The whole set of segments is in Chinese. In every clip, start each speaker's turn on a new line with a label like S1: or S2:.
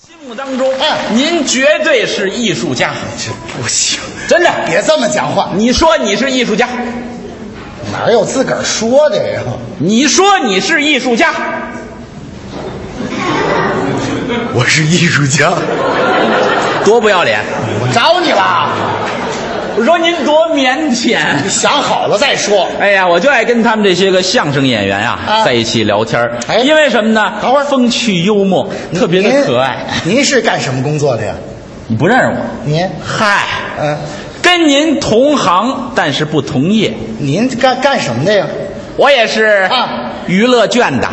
S1: 心目当中，
S2: 哎
S1: 您绝对是艺术家，
S2: 这不行，
S1: 真的。
S2: 别这么讲话，
S1: 你说你是艺术家，
S2: 哪有自个儿说的呀？
S1: 你说你是艺术家，
S2: 我是艺术家，
S1: 多不要脸！
S2: 我找你了，
S1: 我说您多腼腆。
S2: 你想好了再说。
S1: 哎呀，我就爱跟他们这些个相声演员啊
S2: 啊
S1: 在一起聊天儿
S2: 哎
S1: 因为什么呢？
S2: 等会儿
S1: 风趣幽默，特别的可爱。
S2: 您。您是干什么工作的呀？
S1: 你不认识我？
S2: 您，
S1: 嗨，
S2: 嗯、
S1: 跟您同行，但是不同业。
S2: 您干干什么的呀？
S1: 我也是
S2: 啊
S1: 娱乐圈的。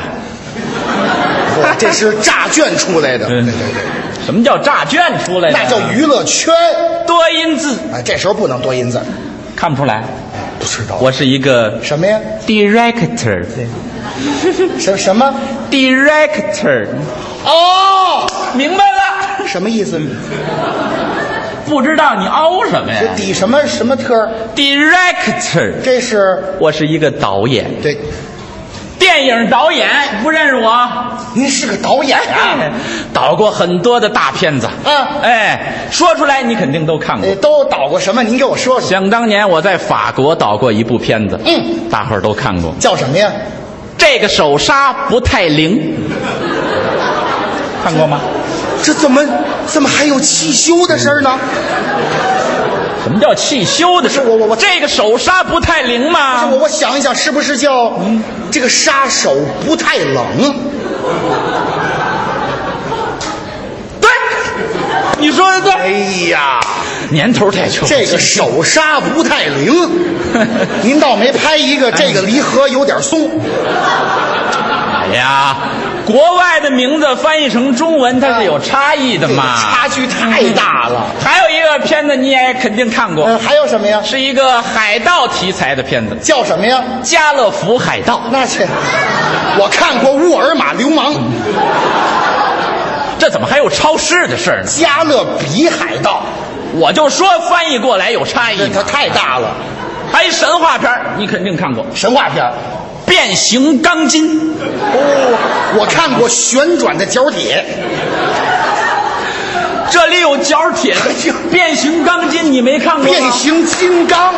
S2: 我这是诈券出来 的，对
S1: 嗯
S2: 对对，
S1: 什么叫诈卷出来的？
S2: 那叫娱乐圈。
S1: 多音字，
S2: 哎，这时候不能多音字儿，
S1: 看不出来。
S2: 不知道
S1: 我是一个
S2: 什么呀？
S1: director，
S2: 什什么？
S1: director，
S2: 哦，
S1: 明白了？
S2: 什么意思？
S1: 不知道你凹什么呀
S2: 这底什么什么特儿？
S1: ？director，
S2: 这是
S1: 我是一个导演，
S2: 对，
S1: 电影导演，不认识我？
S2: 您是个导演啊？
S1: 哎导过很多的大片子，
S2: 嗯
S1: 哎，说出来你肯定都看过
S2: 呃，。都导过什么？您给我说说，
S1: 想当年我在法国导过一部片子，
S2: 嗯，
S1: 大伙儿都看过。
S2: 叫什么呀？
S1: 这个手刹不太灵，看过吗？
S2: 这怎么怎么还有汽修的事儿呢？
S1: 什么叫汽修的事？
S2: 我我我
S1: 这个手刹不太灵
S2: 这
S1: 吗
S2: 我？我想一想，是不是叫这个杀手不太冷？
S1: 对，你说的对，
S2: 哎呀，
S1: 年头太久。
S2: 这个手刹不太 灵，您倒没拍一个这个离合有点松。
S1: 哎呀，国外的名字翻译成中文它是有差异的嘛，
S2: 哎差距太大了。
S1: 还有一个片子你也肯定看过，
S2: 嗯，还有什么呀？
S1: 是一个海盗题材的片子，
S2: 叫什么呀？
S1: 《家乐福海盗》，
S2: 那是我看过《沃尔玛流氓》《
S1: 这怎么还有超市的事儿呢？
S2: 加勒比海盗
S1: 我就说翻译过来有差》，异
S2: 这
S1: 嘛
S2: 它。太大了，
S1: 还有神话片儿你肯定看过，《
S2: 神话片儿。
S1: 变形钢筋》。
S2: 哦，我看过《旋转的脚铁
S1: 这里有角铁
S2: 哎呦、
S1: 变形钢筋，你没看》，过吗？
S2: 变形金刚。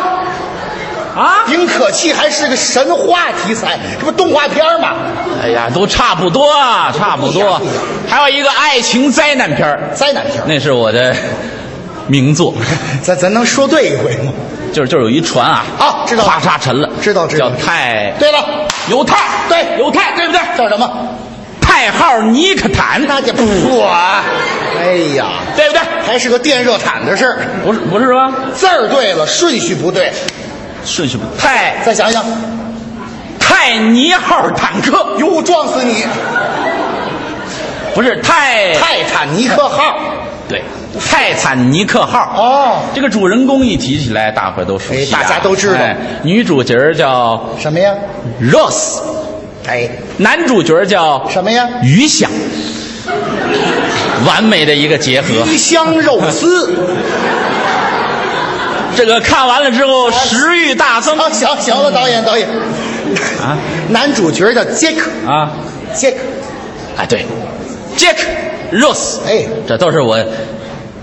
S1: 啊！
S2: 林可气还是个神话题材，这不动画片儿吗？
S1: 哎呀，都差不多，啊，差不
S2: 不一
S1: 多
S2: 样不一样。
S1: 还有一个爱情灾难片儿
S2: 灾难片儿。
S1: 那是我的名作，
S2: 咱咱能说对一回吗？
S1: 就是就是有一船啊，
S2: 啊知道了
S1: 咔嚓沉了，
S2: 知道知道
S1: 叫泰
S2: 对了，
S1: 犹太，
S2: 对
S1: 犹太，对不对？
S2: 叫什么？
S1: 泰号尼克坦，
S2: 那就不错啊！哎呀，
S1: 对不对？
S2: 还是个电热毯的事儿，
S1: 不是不是吗？
S2: 字儿对了，顺序不对。
S1: 顺序不泰
S2: 再想想，
S1: 泰尼号坦克，
S2: 哟，撞死你！
S1: 不是泰
S2: 泰坦尼克号。
S1: 对泰坦尼克号
S2: 哦，
S1: 这个主人公一提起来，大伙儿都熟悉、啊
S2: 哎大家都知道
S1: 哎女主角儿叫
S2: 什么呀？
S1: Rose，
S2: 哎，
S1: 男主角儿叫
S2: 什么呀？
S1: 于翔，完美的一个结合。
S2: 鱼香肉丝。
S1: 这个看完了之后，食欲大增
S2: 啊，行行了，导演导演。
S1: 啊
S2: 男主角叫杰克，
S1: 啊！
S2: 杰克。
S1: 哎，对，Jack Rose，
S2: 哎
S1: 这都是我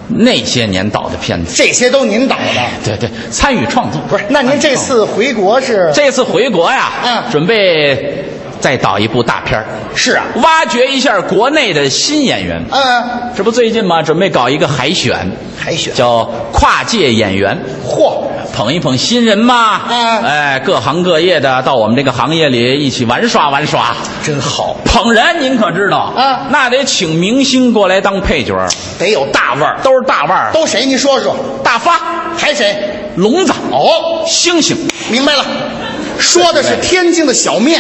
S1: 那些年导的片子，
S2: 这些都您导的，
S1: 对对，参与创作。
S2: 不是？那您这次回国是？
S1: 这次回国呀，
S2: 嗯
S1: 准备再导一部大片儿
S2: 是啊，
S1: 挖掘一下国内的新演员。
S2: 嗯，
S1: 这不最近吗？准备搞一个海选，
S2: 海选
S1: 叫跨界演员，
S2: 嚯，
S1: 捧一捧新人嘛。
S2: 嗯
S1: 哎，各行各业的到我们这个行业里一起玩耍玩耍。
S2: 真好，
S1: 捧人您可知道？
S2: 嗯
S1: 那得请明星过来当配角儿，
S2: 得有大腕儿。
S1: 都是大腕儿，
S2: 都谁？你说说，
S1: 大发、
S2: 还谁？
S1: 聋子、哦、星星。
S2: 明白了，说的是天津的小面，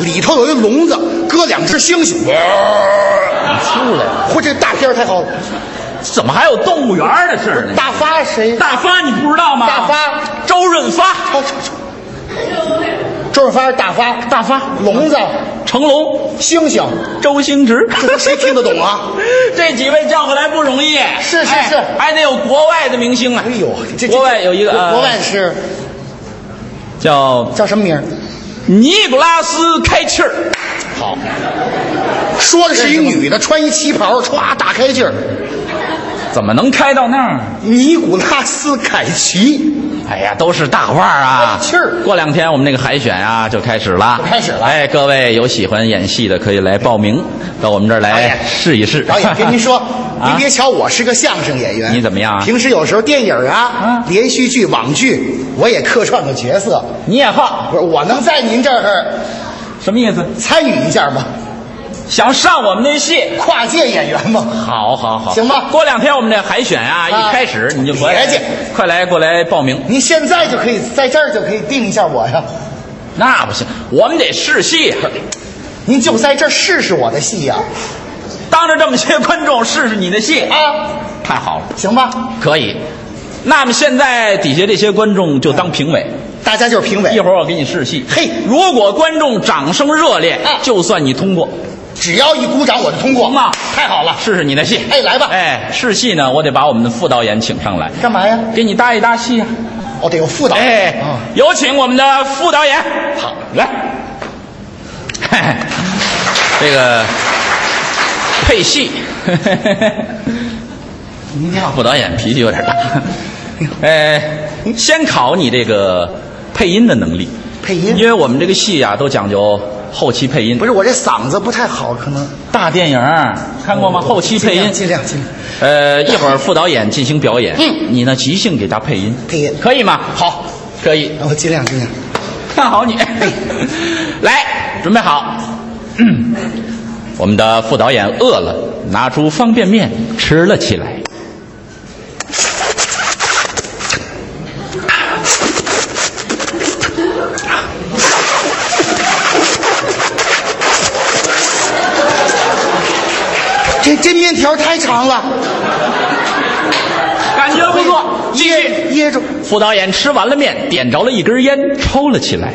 S2: 里头有一笼子，搁两只猩猩。出来了，嚯，这大片儿太好了。
S1: 怎么还有动物园儿的事儿呢？
S2: 大发谁？
S1: 大发你不知道吗？
S2: 大发
S1: 周润发、
S2: 哦周周周润发是大发，大发笼子，
S1: 成龙、
S2: 猩猩，
S1: 周星驰，
S2: 这谁听得懂啊？
S1: 这几位叫过来不容易。
S2: 是是
S1: 哎
S2: 是
S1: 还得有国外的明星啊。
S2: 哎呦，这这
S1: 国外有一个
S2: 国
S1: 呃
S2: 国外是
S1: 叫
S2: 叫什么名儿？
S1: 尼古拉斯·开气儿，好，
S2: 说的是一女的，穿一旗袍，歘打开劲儿，
S1: 怎么能开到那儿？
S2: 尼古拉斯凯奇，
S1: 哎呀，都是大腕儿啊！
S2: 气儿
S1: 过两天我们那个海选啊就开始了，
S2: 开始了
S1: 哎，各位有喜欢演戏的可以来报名，到我们这儿
S2: 导
S1: 来
S2: 演
S1: 试一试。
S2: 导演跟您说，您别
S1: 啊，
S2: 瞧我是个相声演员，
S1: 你怎么样啊
S2: 平时有时候电影啊、
S1: 啊
S2: 连续剧、网剧，我也客串个角色。
S1: 你也好，
S2: 不是，我能在您这儿呃
S1: 什么意思？
S2: 参与一下吗？
S1: 想上我们那戏？
S2: 跨界演员吗？
S1: 好好好，
S2: 行吧
S1: 过两天我们这海选啊
S2: 啊
S1: 一开始你就过来
S2: 别介，
S1: 快来过来报名。
S2: 您现在就可以在这儿就可以定一下我呀，
S1: 那不行，我们得试戏，
S2: 您就在这儿试试我的戏呀、
S1: 当着这么些观众试试你的戏
S2: 啊，，
S1: 太好了。
S2: 行吧？
S1: 可以。那么现在底下这些观众就当评委，
S2: 大家就是评委，
S1: 一会儿我给你试戏。
S2: 嘿
S1: 如果观众掌声热烈
S2: 啊，
S1: 就算你通过。
S2: 只要一鼓掌我就通过
S1: 行吗
S2: 太好了！
S1: 试试你的戏。
S2: 哎来吧
S1: 哎，试戏呢，我得把我们的副导演请上来，
S2: 干嘛呀？
S1: 给你搭一搭戏啊。
S2: 哦，得有副导。
S1: 哎，
S2: 啊
S1: 有请我们的副导演。
S2: 好，
S1: 来， 嘿嘿这个配戏。
S2: 您好，
S1: 副导演脾气有点大。呃，先考你这个配音的能力，
S2: 配
S1: 因
S2: 音
S1: 为我们这个戏啊都讲究后期配音。
S2: 不
S1: 是
S2: 是我这嗓子不太好，可能哦
S1: 大电影儿看过
S2: 嗯
S1: 吗？后期配音。
S2: 尽量尽量
S1: 呃，一会儿副导演进行表演，嗯，你呢即兴给他配音，
S2: 配音
S1: 可以吗？好，可以，
S2: 尽量，我哦尽量尽量。
S1: 看好你。
S2: 哎
S1: 来，准备好。嗯我们的副导演饿了，拿出方便面吃了起来。
S2: 这这面条太长了，
S1: 感觉不错，继续。
S2: 噎噎住。
S1: 副导演吃完了面，点着了一根烟，抽了起来。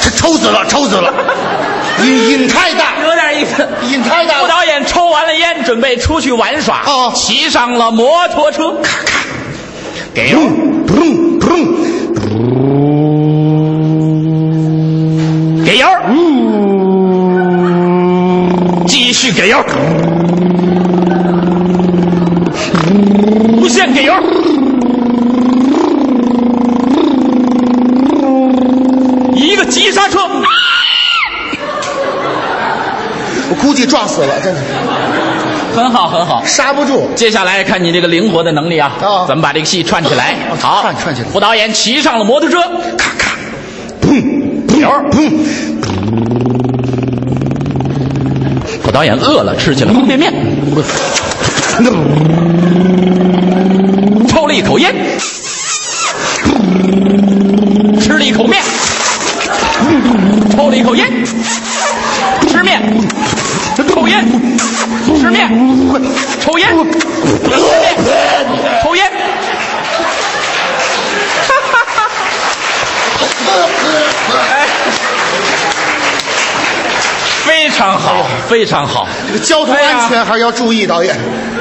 S2: 这抽死了，抽死了， 瘾瘾太大，
S1: 有点意 思。
S2: 瘾太大
S1: 副
S2: 了。
S1: 导演抽完了烟，准备出去玩耍，
S2: 哦
S1: 骑上了摩托车，咔咔，给油。
S2: 砰砰砰！
S1: 给油，继续给油，无限给油，一个急刹车，
S2: 我估计撞死了，真的
S1: 很好，很好。
S2: 刹不住。
S1: 接下来看你这个灵活的能力啊，
S2: 哦
S1: 咱们把这个戏串起来。
S2: 哦
S1: 好，
S2: 串串起来
S1: 副导演骑上了摩托车，咔咔，砰，砰，砰。副导演饿了，吃起了方便面，抽了一口烟，吃了一口面，抽了一口烟，吃面，抽烟，吃面，抽烟，吃面，抽 烟。哎非常好，非常好。
S2: 这个交通安
S1: 哎呀
S2: 全还是要注意，导演。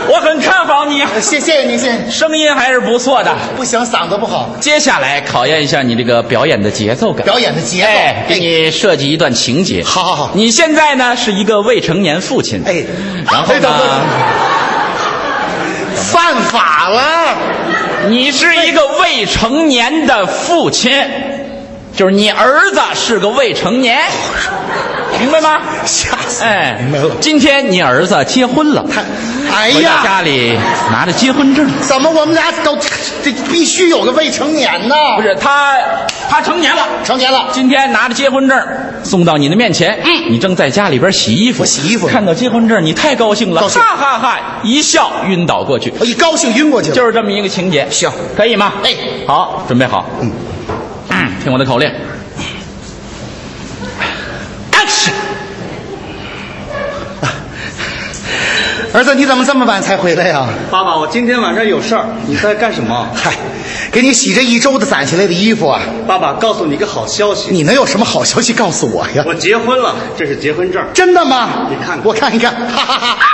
S1: 我很看好你，
S2: 谢谢谢您，谢谢您。
S1: 声音还是不错的。
S2: 不行，嗓子不好，
S1: 接下来考验一下你这个表演的节奏感。
S2: 表演的节奏。
S1: 哎，给你设计一段情节。
S2: 好好好
S1: 你现在呢是一个未成年父亲。
S2: 哎
S1: 然后
S2: 哎等等
S1: 呢，
S2: 犯法了，
S1: 你是一个未成年的父亲，就是你儿子是个未成年，明白吗？
S2: 吓死！
S1: 哎，
S2: 明白了
S1: 今天你儿子结婚了，
S2: 哎
S1: 回到
S2: 呀，
S1: 家里拿着结婚证。
S2: 怎么我们俩都这必须有个未成年呢？
S1: 不是他，他成年了。
S2: 成年了，
S1: 今天拿着结婚证送到你的面前，嗯，你正在家里边洗衣服，
S2: 我洗衣服
S1: 看到结婚证，你太高兴了，
S2: 高兴
S1: 哈哈哈，一笑晕倒过去，
S2: 我一高兴晕过去了。
S1: 就是这么一个情节，
S2: 行
S1: 可以吗？
S2: 哎
S1: 好，准备好，嗯，听我的口令，action，
S2: 儿子，你怎么这么晚才回来呀、
S3: 爸爸，我今天晚上有事儿，你在干什么？
S2: 嗨，给你洗这一周的攒下来的衣服啊，
S3: 爸爸，告诉你个好消息，
S2: 你能有什么好消息告诉我呀？
S3: 我结婚了，这是结婚证。
S2: 真的吗？
S3: 你看看
S2: 我看一看，哈哈哈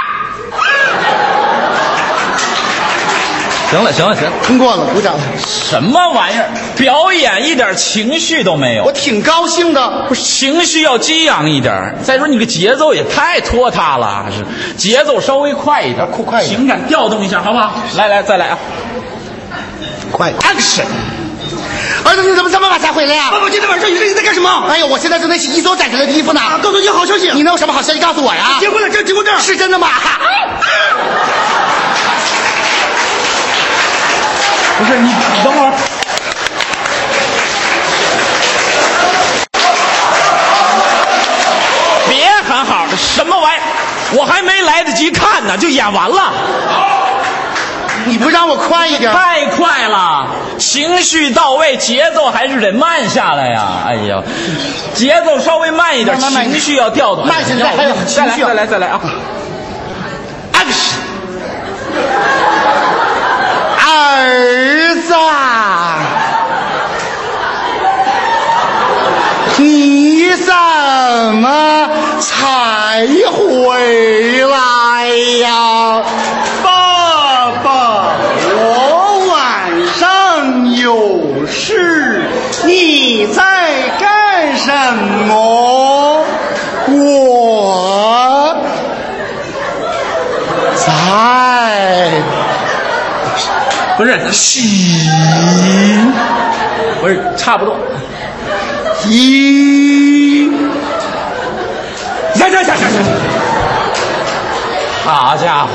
S1: 行了行了行了，
S2: 通过了，鼓掌了。
S1: 什么玩意儿？表演一点情绪都没
S2: 我
S1: 有，
S2: 挺高兴的，
S1: 不是情绪要激昂一点儿。再说你个节奏也太拖沓了，是节奏稍微快一点，
S2: 啊快一点
S1: 情感调动一下，好不好？来来再来啊！
S2: 快 action！儿子，你怎么这么晚才回来呀、
S3: 爸爸，今天晚上你这你在干什么？啊
S2: 哎呦，我现在正在洗一周攒下来的衣服呢。
S3: 告诉你好消息，
S2: 你能有什么好消息告诉我呀？
S3: 结婚了，这结婚证。
S2: 是真的吗？
S1: 不是你你等会儿，别喊好，什么玩意儿？我还没来得及看呢，就演完了。
S2: 你不让我 快一点？
S1: 太快了，情绪到位，节奏还是得慢下来呀、哎呀，节奏稍微慢一点，
S2: 慢慢慢
S1: 情绪要调动。
S2: 慢下来
S1: 哎呀
S2: 还有
S1: 再来
S2: 情绪啊
S1: 再来再来啊！
S2: 哎儿子啊，你怎么才回来呀？
S3: 爸爸，我晚上有事，你在干什么？
S2: 我在
S1: 不是，嘘，不是，差不多。
S2: 一
S1: 呀呀呀呀呀！好家伙，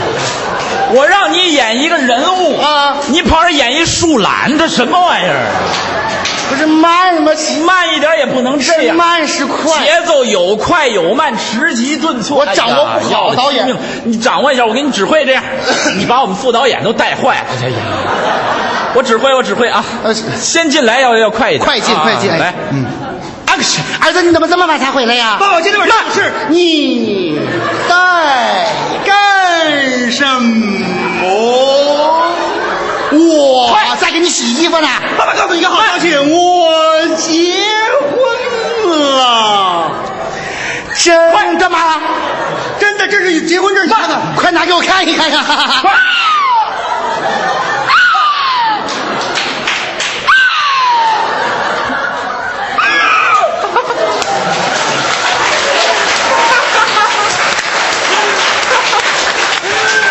S1: 我让你演一个人物
S2: 啊
S1: 你跑这演一树懒，这什么玩意儿？
S2: 不是慢吗？
S1: 慢一点也不能这
S2: 是
S1: 样。
S2: 慢是快？
S1: 节奏有快有慢，迟急顿挫。
S2: 我掌握不好
S1: 哎呀
S2: 导
S1: 要了亲
S2: 演，
S1: 命你掌握一下，我给你指挥 这样，你把我们副导演都带坏了。哎呀，我指挥，我指挥啊
S2: 呃是！
S1: 先进来要要快一点，
S2: 快进
S1: 啊
S2: 快进哎
S1: 来，嗯，action，
S2: 儿子，你怎么这么晚才回来呀？
S3: 爸爸，今天晚上有事，
S2: 你在干什么？我在给你洗衣服呢。
S3: 爸爸告诉你一个好消
S2: 哎
S3: 息，
S2: 我结婚了，真的吗？
S3: 真的，这是结婚证，你看看。
S2: 快拿给我看一看呀！
S3: 快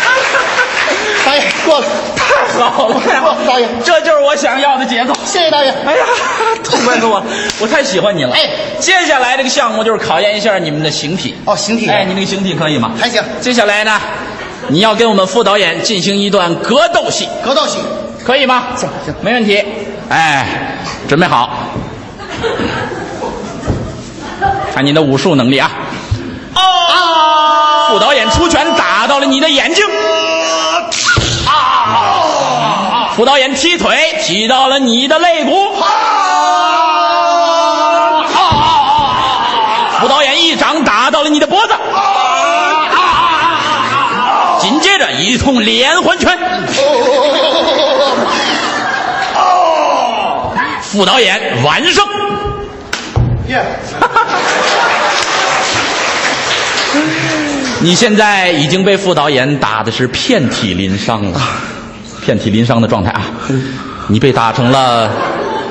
S2: 导演哎过了，
S1: 太好了，太好了
S2: 导演
S1: 这就是我想要的节奏。
S2: 谢谢导演。
S1: 哎呀，痛快死我了！我太喜欢你了。
S2: 哎
S1: 接下来这个项目就是考验一下你们的形体。
S2: 哦，形体
S1: 哎，你那个形体可以吗？
S2: 还行
S1: 接下来呢，你要跟我们副导演进行一段格斗戏，
S2: 格斗戏，
S1: 可以吗？
S2: 行行
S1: 没问题。哎，准备好，看你的武术能力啊！哦，副导演出拳打到了你的眼睛。啊！副导演踢腿踢到了你的肋骨。
S2: 啊
S1: 啊副导演一掌打到了你的脖子。
S2: 啊
S1: 紧接着一通连环拳。副导演完胜。你现在已经被副导演打的是遍体鳞伤了，遍体鳞伤的状态啊！你被打成了，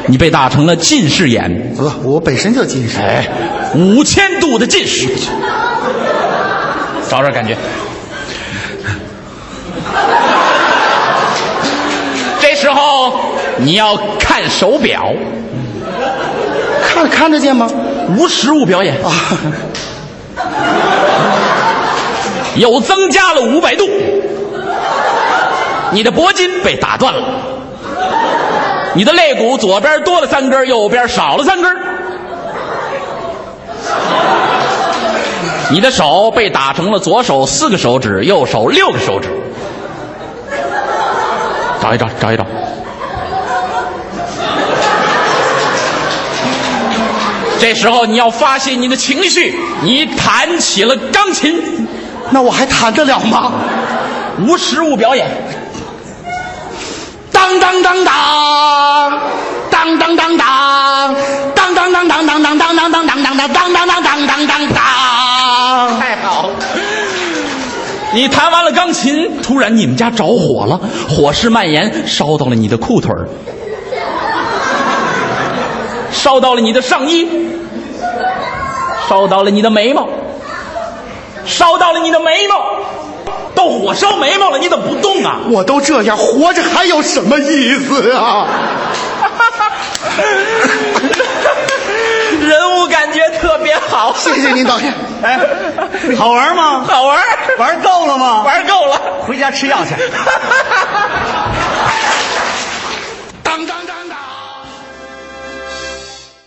S1: 你被打成了近视眼，
S2: 我我本身就近视，
S1: 哎，五千度的近视，找找感觉。这时候你要看手表，
S2: 看看得见吗？
S1: 无实物 表演，有增加了五百度，你的脖筋被打断了，你的肋骨左边多了三根，右边少了三根，你的手被打成了左手四个手指，右手六个手指，找一找，找一找。这时候你要发泄你的情绪，你弹起了钢琴，
S2: 那我还谈得了吗？
S1: 无实物表演。哒
S4: 当当当当，当当当当，当当当当当当当当当当当当当当当当当当当。
S2: 太好了，
S1: 你弹完了钢琴，突然你们家着火了，火势蔓延，烧到了你的裤腿儿，烧到了你的上衣，烧到了你的眉毛，烧到了你的眉毛，都火烧眉毛了，你怎么不动啊？
S2: 我都这样活着还有什么意思啊？
S1: 人物感觉特别好，
S2: 谢谢您导演，
S5: 哎，好玩吗？
S1: 好玩儿，
S5: 玩够了吗？
S1: 玩够了。
S5: 回家吃药去。